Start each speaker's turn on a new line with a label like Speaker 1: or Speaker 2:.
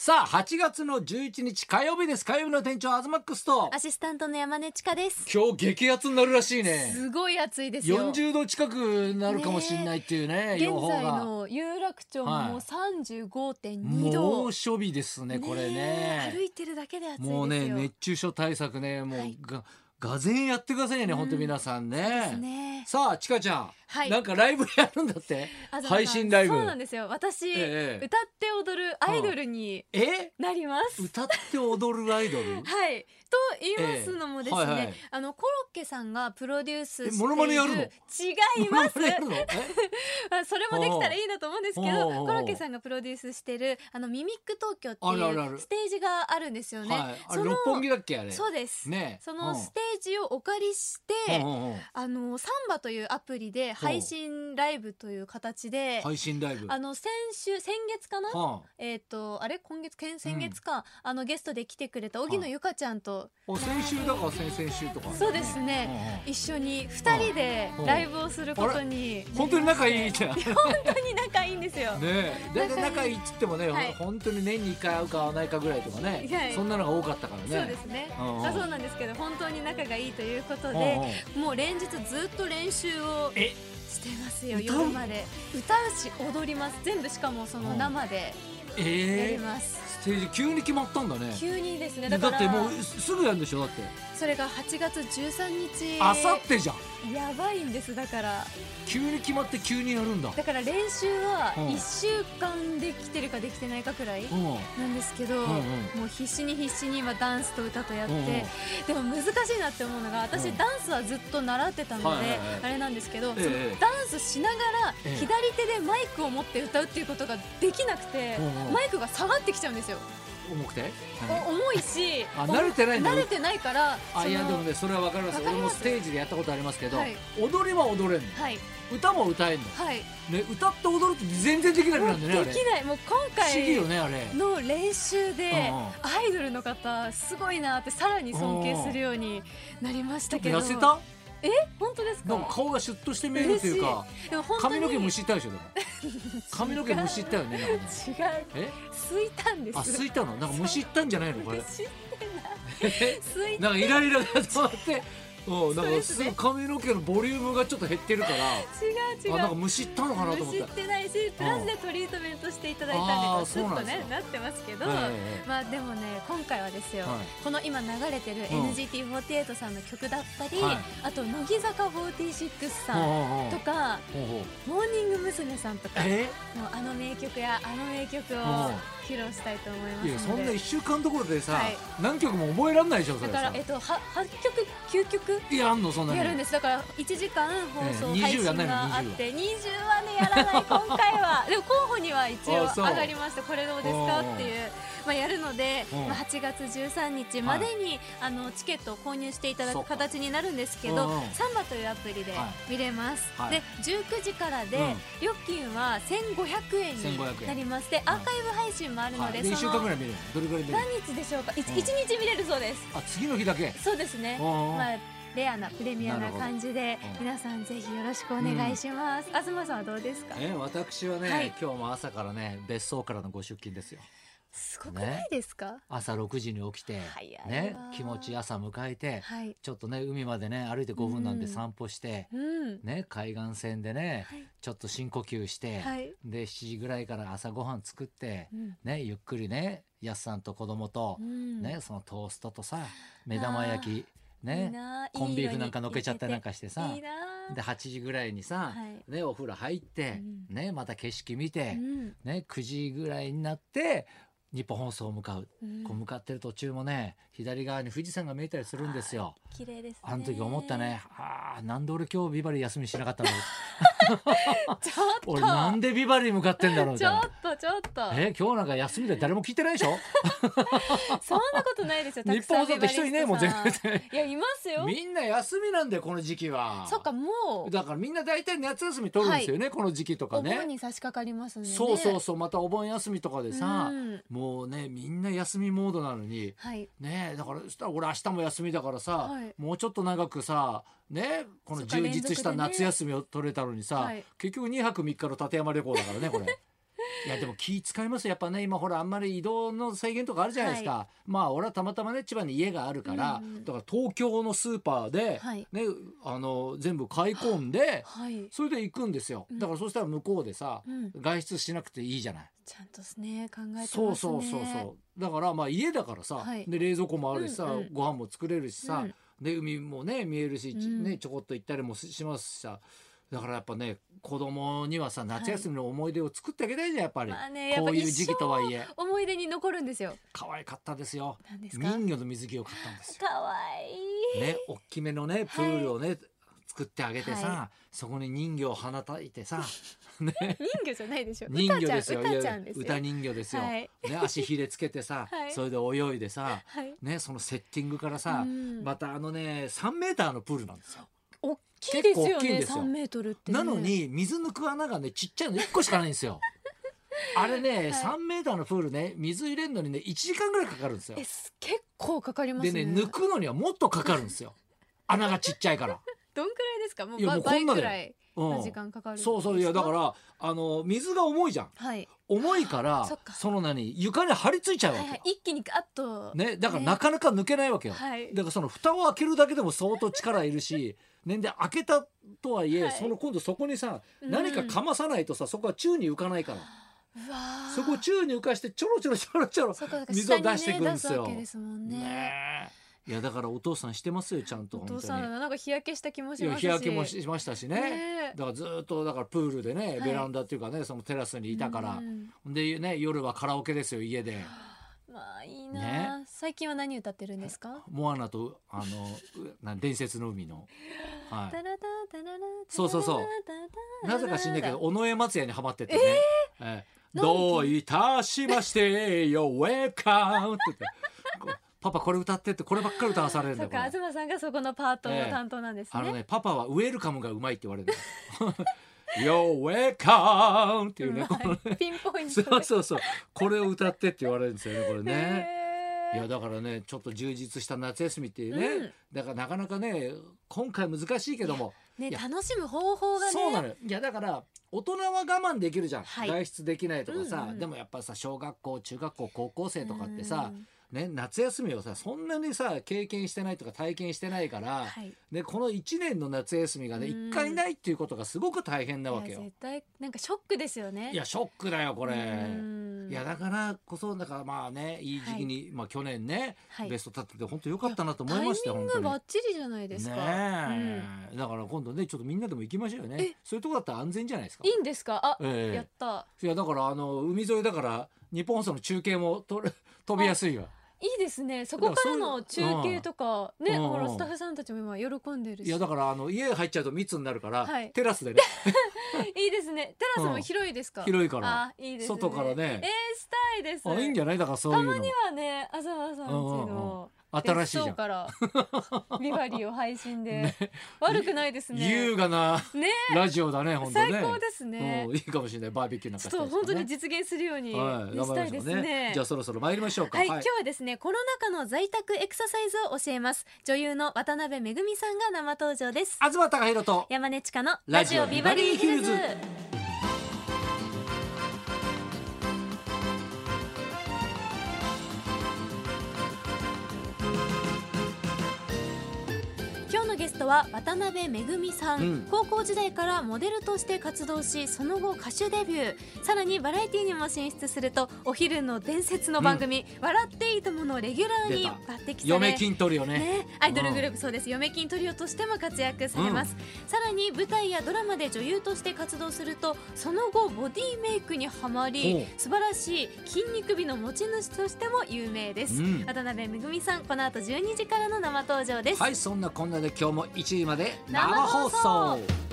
Speaker 1: さあ8月の11日火曜日です火曜日の店長アズマックスと
Speaker 2: アシスタントの山根千佳です。
Speaker 1: 今日激アツになるらしいね
Speaker 2: すごい暑いですよ。
Speaker 1: 40度近くなるかもしれないっていうね
Speaker 2: 現在
Speaker 1: 予報が
Speaker 2: の有楽町
Speaker 1: はい
Speaker 2: も三十五点二度。
Speaker 1: 猛暑日ですねこれ
Speaker 2: え歩
Speaker 1: ね
Speaker 2: いてるだけで暑いですよ。
Speaker 1: もうね熱中症対策ねもう
Speaker 2: はい
Speaker 1: ががぜんやってくださいね本当皆さん
Speaker 2: で
Speaker 1: ね
Speaker 2: すね。
Speaker 1: さあちかちゃ
Speaker 2: は
Speaker 1: ん
Speaker 2: い
Speaker 1: なんかライブやるんだって
Speaker 2: あと
Speaker 1: 配信ライブ
Speaker 2: そうなんですよ。私、
Speaker 1: ええ
Speaker 2: 歌って踊るアイドルに
Speaker 1: え
Speaker 2: なります。
Speaker 1: 歌って踊るアイドル
Speaker 2: はい。と言いますのもですね、
Speaker 1: ええはいはい
Speaker 2: あのコロッケさんがプロデュースしてい
Speaker 1: え
Speaker 2: る
Speaker 1: モノマネやるの
Speaker 2: 違います。
Speaker 1: やるのえ
Speaker 2: あそれもできたらいいなと思うんですけ
Speaker 1: ほうほうほ
Speaker 2: ど
Speaker 1: う
Speaker 2: コロッケさんがプロデュースしてるあのミミック東京
Speaker 1: あるあるあ
Speaker 2: ってい
Speaker 1: る
Speaker 2: うステージがあるんですよね。
Speaker 1: はいあれ
Speaker 2: その
Speaker 1: 六本木だっけあれ
Speaker 2: そうです、
Speaker 1: ね
Speaker 2: そうの
Speaker 1: ん
Speaker 2: ステージをお借りし
Speaker 1: う
Speaker 2: て
Speaker 1: んうんうん
Speaker 2: あのサンバというアプリで配信ライブという形で、
Speaker 1: 配信ライブ
Speaker 2: あの先週先月かな、
Speaker 1: は
Speaker 2: えっ、とあれ今月けん先月か、あのゲストで来てくれた荻野
Speaker 1: はい
Speaker 2: ゆかちゃんと、
Speaker 1: あ、先週だから先々週とか、
Speaker 2: そうです
Speaker 1: うん
Speaker 2: ね、
Speaker 1: うん
Speaker 2: 一緒に二人でライブをすることに、
Speaker 1: 本当に仲いい じゃん。ね
Speaker 2: 本当に仲いいんですよ。
Speaker 1: え、だいたい仲いいっつってもね、
Speaker 2: はい
Speaker 1: 本当に年に一回会うか会わないかぐらいとかね、
Speaker 2: はい
Speaker 1: そんなのが多かったからね。
Speaker 2: そうですね、
Speaker 1: うんうん
Speaker 2: あそうなんですけど本当に仲がいいということ
Speaker 1: うんうん
Speaker 2: で、もう連日ずっと練習を
Speaker 1: え
Speaker 2: してますよ
Speaker 1: 歌う
Speaker 2: 夜まで歌うし踊ります全部しかもその生でや
Speaker 1: え
Speaker 2: り
Speaker 1: え
Speaker 2: ます、
Speaker 1: ステージ急に決まったんだね。
Speaker 2: 急にですね
Speaker 1: だ
Speaker 2: だから
Speaker 1: ってもうすぐやるんでしょだって。
Speaker 2: それが8月13日
Speaker 1: あさってじゃん。
Speaker 2: やばいんですだから
Speaker 1: 急に決まって急にやるんだ。
Speaker 2: だから練習は
Speaker 1: うん
Speaker 2: 1週間できてるかできてないかくらい
Speaker 1: うん。うん
Speaker 2: なんですけど、
Speaker 1: んうん
Speaker 2: もう必死に必死に今ダンスと歌とやって、
Speaker 1: うんうん
Speaker 2: でも難しいなって思うのが私、
Speaker 1: うん
Speaker 2: ダンスはずっと習ってたので、
Speaker 1: はいはいはい
Speaker 2: あれなんですけど、
Speaker 1: ええ
Speaker 2: そのダンスしながら、
Speaker 1: ええ
Speaker 2: 左手でマイクを持って歌うっていうことができなくて、
Speaker 1: うんうん
Speaker 2: マイクが下がってきちゃうんですよ、
Speaker 1: 重くて？
Speaker 2: お重いし
Speaker 1: あ
Speaker 2: お
Speaker 1: 慣れてないんだ
Speaker 2: 慣れてないから
Speaker 1: あいや
Speaker 2: そ
Speaker 1: で
Speaker 2: の
Speaker 1: もねそれはわかります。
Speaker 2: わか
Speaker 1: 俺
Speaker 2: り
Speaker 1: も
Speaker 2: ます
Speaker 1: ステージでやったことありますけど
Speaker 2: はい、
Speaker 1: 踊りは踊れんの。
Speaker 2: はい
Speaker 1: 歌も歌えんの。
Speaker 2: はい
Speaker 1: ね歌って踊るって全然できなくなるんだよね
Speaker 2: も
Speaker 1: あ
Speaker 2: う
Speaker 1: れ
Speaker 2: でき。ないもう今
Speaker 1: 不思議よ
Speaker 2: 回
Speaker 1: ねあれ。
Speaker 2: の練習で、
Speaker 1: うんうん
Speaker 2: アイドルの方すごいなってさらに尊敬するようになりましたけど
Speaker 1: 痩せた
Speaker 2: 本当ですか
Speaker 1: なんか顔がシュッとして見えるというか
Speaker 2: でも本当に
Speaker 1: 髪の毛むしったでしょで も髪の毛むしったよねなんかね
Speaker 2: 違う
Speaker 1: え
Speaker 2: すいたんです
Speaker 1: あすいたのなんかむしったんじゃないの これ
Speaker 2: 知ってない
Speaker 1: え
Speaker 2: すい
Speaker 1: なんかイライ ラが伝わってうんなん
Speaker 2: そう
Speaker 1: か
Speaker 2: です
Speaker 1: す
Speaker 2: ね
Speaker 1: ぐ髪の毛のボリュームがちょっと減ってるから
Speaker 2: 違う違う
Speaker 1: あなんかむしったのかなと思っ
Speaker 2: 知
Speaker 1: た
Speaker 2: ってないしプラスでトリートメントしていただいた
Speaker 1: あー
Speaker 2: んでちょっと
Speaker 1: そうなん
Speaker 2: ね
Speaker 1: ですか
Speaker 2: なってますけど、
Speaker 1: はいはいはい
Speaker 2: まあでもね今回はですよ、
Speaker 1: はい
Speaker 2: この今流れてる
Speaker 1: うん
Speaker 2: NGT48 さんの曲だったり、
Speaker 1: はい
Speaker 2: あと乃木坂46
Speaker 1: ほう
Speaker 2: さん
Speaker 1: ほう
Speaker 2: とか、
Speaker 1: ほうほう
Speaker 2: モーニング娘。さんとかもう
Speaker 1: え
Speaker 2: あの名曲やあの名曲を
Speaker 1: うん
Speaker 2: 披露したいと思いますの
Speaker 1: い
Speaker 2: で
Speaker 1: やそんな1週間どころでさ
Speaker 2: はい
Speaker 1: 何曲も覚えらんないでしょそ
Speaker 2: だ
Speaker 1: れ
Speaker 2: から
Speaker 1: さ
Speaker 2: えっとは八曲九曲
Speaker 1: いやあんのそんな
Speaker 2: やるん
Speaker 1: に
Speaker 2: ですだから1時間放送、
Speaker 1: ええ
Speaker 2: 配
Speaker 1: 20
Speaker 2: 信
Speaker 1: やんないの
Speaker 2: があって20はねやらない今回 はでも候補には一応
Speaker 1: あそう
Speaker 2: 上がりましたこれどうですか
Speaker 1: うん
Speaker 2: っていう、まあ、やるので、
Speaker 1: うん
Speaker 2: まあ、8月13日までに、あのチケットを購入していただ
Speaker 1: そう
Speaker 2: く
Speaker 1: か
Speaker 2: 形になるんですけど、
Speaker 1: うん
Speaker 2: サンバというアプリで
Speaker 1: は
Speaker 2: 見れます、
Speaker 1: はい
Speaker 2: で19時からで、
Speaker 1: うん
Speaker 2: 料金は1500円
Speaker 1: 1500円
Speaker 2: になりましてアーカイブ配信もあるの
Speaker 1: はい
Speaker 2: で,、
Speaker 1: で1
Speaker 2: その
Speaker 1: 週間ぐらい見れるのどれぐらい見れる
Speaker 2: 何日でしょうか 1,
Speaker 1: うん
Speaker 2: 日見れるそうです
Speaker 1: あ次の日だけ
Speaker 2: そうですね、
Speaker 1: うんうん
Speaker 2: まあ、レアなプレミアな感じで
Speaker 1: ほどうん
Speaker 2: 皆さんぜひよろしくお願いします、東さんはどうですか
Speaker 1: え私はね、
Speaker 2: はい
Speaker 1: 今日も朝からね別荘からのご出勤ですよ
Speaker 2: すごくないですか、
Speaker 1: 朝6時に起きて
Speaker 2: 早いわ
Speaker 1: ね気持ち朝迎えて
Speaker 2: はい
Speaker 1: ちょっとね海までね歩いて5分なんで
Speaker 2: うん
Speaker 1: 散歩して、
Speaker 2: うん
Speaker 1: ね海岸線でね
Speaker 2: はい
Speaker 1: ちょっと深呼吸して、
Speaker 2: はい
Speaker 1: で7時ぐらいから朝ごはん作って
Speaker 2: う、ん
Speaker 1: ねゆっくりねやすさんと子供と
Speaker 2: う、ん
Speaker 1: ねそのトーストとさ目玉焼き
Speaker 2: いい
Speaker 1: ね
Speaker 2: な
Speaker 1: コンビーフなんかのっけちゃったりなん
Speaker 2: か
Speaker 1: かしてさ
Speaker 2: いいな
Speaker 1: で8時ぐらいにさ、
Speaker 2: はい
Speaker 1: ねお風呂入って、
Speaker 2: う
Speaker 1: ねまた景色見て。
Speaker 2: うん
Speaker 1: ね、9時ぐらいになって日本放送を向かう、
Speaker 2: うん
Speaker 1: こう向かってる途中もね左側に富士山が見えたりするんですよ
Speaker 2: 綺麗ですね
Speaker 1: あの時思ったねああなんで俺今日ビバリー休みしなかったんだろう
Speaker 2: ちょっと
Speaker 1: 俺なんでビバリーに向かってんだろうみ
Speaker 2: ち
Speaker 1: たい
Speaker 2: ょっ
Speaker 1: な
Speaker 2: とちょっと
Speaker 1: え今日なんか休みで誰も聞いてないでし ょ
Speaker 2: そんなことないですよた
Speaker 1: 日
Speaker 2: く
Speaker 1: 本
Speaker 2: さ
Speaker 1: 放送
Speaker 2: ん
Speaker 1: って一人いないもん
Speaker 2: ビ
Speaker 1: 全
Speaker 2: バリストさ
Speaker 1: 然
Speaker 2: んいやいますよ
Speaker 1: みんな休みなんだよこの時期は
Speaker 2: そっかもう
Speaker 1: だからみんな大体夏休み取るんですよね、この時期とか
Speaker 2: お
Speaker 1: ね
Speaker 2: 盆に差し掛かりますんでね
Speaker 1: そうそうそうまたお盆休みとかでさ、
Speaker 2: うん
Speaker 1: もうねみんな休みモードなのに
Speaker 2: はい
Speaker 1: ねえだからそしたら俺明日も休みだからさ、
Speaker 2: はい
Speaker 1: もうちょっと長くさねこの
Speaker 2: そっか
Speaker 1: 充実した
Speaker 2: 連続でね
Speaker 1: 夏休みを取れたのにさ、
Speaker 2: はい
Speaker 1: 結局2泊3日の立山旅行だからねこれいやでも気使いますよやっぱね今ほらあんまり移動の制限とかあるじゃないですか、まあ俺はたまたまね千葉に家があるから、
Speaker 2: うん
Speaker 1: だから東京のスーパーで、
Speaker 2: はい
Speaker 1: ね、あの全部買い込んで
Speaker 2: はい。
Speaker 1: それで行くんですよ
Speaker 2: うん
Speaker 1: だからそしたら向こうでさ、
Speaker 2: うん。
Speaker 1: 外出しなくていいじゃない。
Speaker 2: ちゃんとですね考えてますね。
Speaker 1: そうそうそうそうだからまあ家だからさ、
Speaker 2: はい
Speaker 1: で冷蔵庫もあるしさ、
Speaker 2: うんうん
Speaker 1: ご飯も作れるしさ、
Speaker 2: うん
Speaker 1: で海もね見えるし、
Speaker 2: うん
Speaker 1: ね、ちょこっと行ったりもしますしさだからやっぱね子供にはさ夏休みの思い出を作ってあげたいじゃんやっぱり、
Speaker 2: まあねやっ
Speaker 1: こ
Speaker 2: ぱ
Speaker 1: ういう
Speaker 2: 一
Speaker 1: 時期
Speaker 2: 生
Speaker 1: とはいえ
Speaker 2: 思い出に残るんですよ。
Speaker 1: 可愛かったですよ
Speaker 2: なんですか。
Speaker 1: 人魚の水着を買ったんですよ。
Speaker 2: 可愛 い
Speaker 1: ね大きめのねプールをね、作ってあげてさ、
Speaker 2: は
Speaker 1: そこに人魚を放たいてさ
Speaker 2: 人魚じゃないでしょ。
Speaker 1: 人魚ですよ
Speaker 2: 歌ちゃん、歌
Speaker 1: い
Speaker 2: ち
Speaker 1: や
Speaker 2: ゃんですよ。
Speaker 1: 歌人魚ですよ、
Speaker 2: はい
Speaker 1: ね、足ひれつけてさ、
Speaker 2: はい
Speaker 1: それで泳いでさ、
Speaker 2: はい。
Speaker 1: ね、そのセッティングからさ、
Speaker 2: うん
Speaker 1: またあのね3メーターのプールなんですよ。
Speaker 2: 大きい
Speaker 1: 結
Speaker 2: です
Speaker 1: 構
Speaker 2: よ
Speaker 1: 大きいん
Speaker 2: ね。
Speaker 1: ですよ
Speaker 2: 三メートルってね。
Speaker 1: なのに水抜く穴がねちっちゃいの1個しかないんです よ。あれね、
Speaker 2: い
Speaker 1: 3メーターのプールね水入れるのにね1時間ぐらいかかるんですよ
Speaker 2: え。す結構かかります
Speaker 1: で
Speaker 2: ね。
Speaker 1: ね抜くのにはもっとかかるんですよ穴がちっちゃい から。
Speaker 2: どんくらいですか。もう
Speaker 1: いやも
Speaker 2: ば
Speaker 1: うこん
Speaker 2: 倍
Speaker 1: な
Speaker 2: く
Speaker 1: だよ
Speaker 2: らい
Speaker 1: うん
Speaker 2: の時間かかるんですか。
Speaker 1: そうそういやだからあの水が重いじゃん
Speaker 2: はい。
Speaker 1: 重いから
Speaker 2: そっか
Speaker 1: の何床に張り付いちゃう
Speaker 2: は
Speaker 1: わ
Speaker 2: い
Speaker 1: け
Speaker 2: は
Speaker 1: よ
Speaker 2: い、一気にガッと。
Speaker 1: ね、だからなかなか抜けないわけよ、
Speaker 2: はい。
Speaker 1: だからその蓋を開けるだけでも相当力いるしねで開けたとはいえ、
Speaker 2: はい
Speaker 1: その今度そこにさ
Speaker 2: うん
Speaker 1: 何かかまさないとさそこは宙に浮かないから、
Speaker 2: うわー
Speaker 1: そこを宙に浮かしてちょろちょろちょろちょろ
Speaker 2: そうかだから
Speaker 1: 水を
Speaker 2: 下にね
Speaker 1: 出してくるんですよ
Speaker 2: 出すわけですもんね。
Speaker 1: ねえいやだからお父さんしてますよちゃんと
Speaker 2: お父
Speaker 1: 本当
Speaker 2: さん
Speaker 1: に
Speaker 2: なんか日焼けした気もし
Speaker 1: いや
Speaker 2: ますし。
Speaker 1: 日焼けもしましたしね
Speaker 2: ねえ
Speaker 1: だからずっとだからプールでね、
Speaker 2: い
Speaker 1: ベランダっていうかねそのテラスにいたから
Speaker 2: う、ん
Speaker 1: でね夜はカラオケですよ家で
Speaker 2: まあいいなあ、最近は何歌ってるんですか。
Speaker 1: モアナとあのうな伝説の海の、は
Speaker 2: タラタタララ
Speaker 1: そうそうそう。
Speaker 2: タラ
Speaker 1: い、
Speaker 2: タラ
Speaker 1: な
Speaker 2: タラタ
Speaker 1: ぜ
Speaker 2: ラ
Speaker 1: か知んないけど尾上松也にハマっててね、ええ
Speaker 2: なんで
Speaker 1: どういたしましてよウェルカムって言ってこうパパこれ歌ってってこればっかり歌わされるんだ
Speaker 2: そ
Speaker 1: よ
Speaker 2: っ
Speaker 1: こ
Speaker 2: か
Speaker 1: れ
Speaker 2: 東さんがそこのパート
Speaker 1: え
Speaker 2: の
Speaker 1: え
Speaker 2: 担当なんです
Speaker 1: あの
Speaker 2: ね。
Speaker 1: ねパパはウェルカムがうまいって言われる のよウェルカムっていうね、この
Speaker 2: はいピンポイント
Speaker 1: そ
Speaker 2: で。
Speaker 1: うそうそうこれを歌ってって言われるんですよねこれね。
Speaker 2: へえ
Speaker 1: いやだからねちょっと充実した夏休みっていうね、
Speaker 2: うん
Speaker 1: だからなかなかね今回難しいけども
Speaker 2: ね
Speaker 1: いや
Speaker 2: 楽しむ方法がね。
Speaker 1: そうなのよいやだから大人は我慢できるじゃん、
Speaker 2: はい
Speaker 1: 外出できないとかさ、
Speaker 2: うんうん
Speaker 1: でもやっぱさ小学校中学校高校生とかってさ
Speaker 2: う、ん
Speaker 1: ね、夏休みをさそんなにさ経験してないとか体験してないから、
Speaker 2: はい。
Speaker 1: ね、この1年の夏休みがね
Speaker 2: うん
Speaker 1: 1回ないっていうことがすごく大変なわけ
Speaker 2: いや
Speaker 1: よ。
Speaker 2: 絶対なんかショックですよね。
Speaker 1: いやショックだよこれ。
Speaker 2: うん
Speaker 1: いやだからこそだからまあねいい時期に、まあ去年ね、
Speaker 2: はい
Speaker 1: ベスト立ってて本当良かったなと思いましたよ
Speaker 2: タイ
Speaker 1: 本
Speaker 2: ミン
Speaker 1: 当
Speaker 2: グ
Speaker 1: に
Speaker 2: バッチリじゃないですか。
Speaker 1: ねえ、だから今度ねちょっとみんなでも行きましょうよね
Speaker 2: え
Speaker 1: そういうとこだったら安全じゃないですか
Speaker 2: うんいいんですか。あ、
Speaker 1: ええ
Speaker 2: やった。
Speaker 1: いやだからあの海沿いだから日本放送の中継もと る飛びやすいわ
Speaker 2: いいですね。そこからの中継とか、
Speaker 1: らそういう
Speaker 2: ね、
Speaker 1: うん
Speaker 2: ほ
Speaker 1: う
Speaker 2: ら
Speaker 1: んうん
Speaker 2: スタッフさんたちも今喜んでるし。
Speaker 1: いやだからあの家入っちゃうと密になるから、
Speaker 2: はい
Speaker 1: テラスでね
Speaker 2: いいですね。テラスも広いですか。
Speaker 1: 広いから
Speaker 2: あ、いいですね。
Speaker 1: 外からね
Speaker 2: えー、したいです。
Speaker 1: あいいんじ
Speaker 2: ゃ
Speaker 1: ゃないだからそういうの
Speaker 2: はね、あざわさんちの。
Speaker 1: 新しいじゃ
Speaker 2: 別荘
Speaker 1: ん、
Speaker 2: から。ビバリーを配 信で。悪くないですね
Speaker 1: 優。雅な
Speaker 2: ね、
Speaker 1: ラジオだね本当ね
Speaker 2: 最高ですね
Speaker 1: うん。いいかもしれないバーベキューなん
Speaker 2: ち
Speaker 1: か
Speaker 2: ょっ
Speaker 1: したりとか
Speaker 2: と本当
Speaker 1: ね
Speaker 2: に実現するように
Speaker 1: はい、頑
Speaker 2: した
Speaker 1: 張
Speaker 2: い
Speaker 1: りま
Speaker 2: で
Speaker 1: し
Speaker 2: す
Speaker 1: ょうね
Speaker 2: ね
Speaker 1: じゃ。あそろそろ参りましょうか。
Speaker 2: はい、今日はですねコロナ禍の在宅エクササイズを教えます女優の渡辺めぐみさんが生登場です
Speaker 1: 東貴博と
Speaker 2: 山根千佳の
Speaker 1: ラ
Speaker 2: ラ
Speaker 1: ジ
Speaker 2: ジ
Speaker 1: オ
Speaker 2: オ
Speaker 1: ビ
Speaker 2: ビ
Speaker 1: バ
Speaker 2: バ
Speaker 1: リ
Speaker 2: リ
Speaker 1: ーヒ
Speaker 2: ーヒ
Speaker 1: ル
Speaker 2: ル
Speaker 1: ズ
Speaker 2: ズ今日のゲストは渡辺めぐみさん、
Speaker 1: うん
Speaker 2: 高校時代からモデルとして活動しその後歌手デビューさらにバラエティにも進出するとお昼の伝説の番組「笑っていいとも」のレギュラーに抜擢さ
Speaker 1: 嫁
Speaker 2: れ
Speaker 1: 金取るよね
Speaker 2: ね、アイドルグループ、そうです嫁金トリオとしても活躍されます、さらに舞台やドラマで女優として活動するとその後ボディメイクにはま
Speaker 1: おう
Speaker 2: り素晴らしい筋肉美の持ち主としても有名です、
Speaker 1: うん
Speaker 2: 渡辺めぐみさんこの後12時からの生登場です、
Speaker 1: はいそんなこんなで今日も1時まで生
Speaker 2: 生
Speaker 1: 放
Speaker 2: 放
Speaker 1: 送
Speaker 2: 送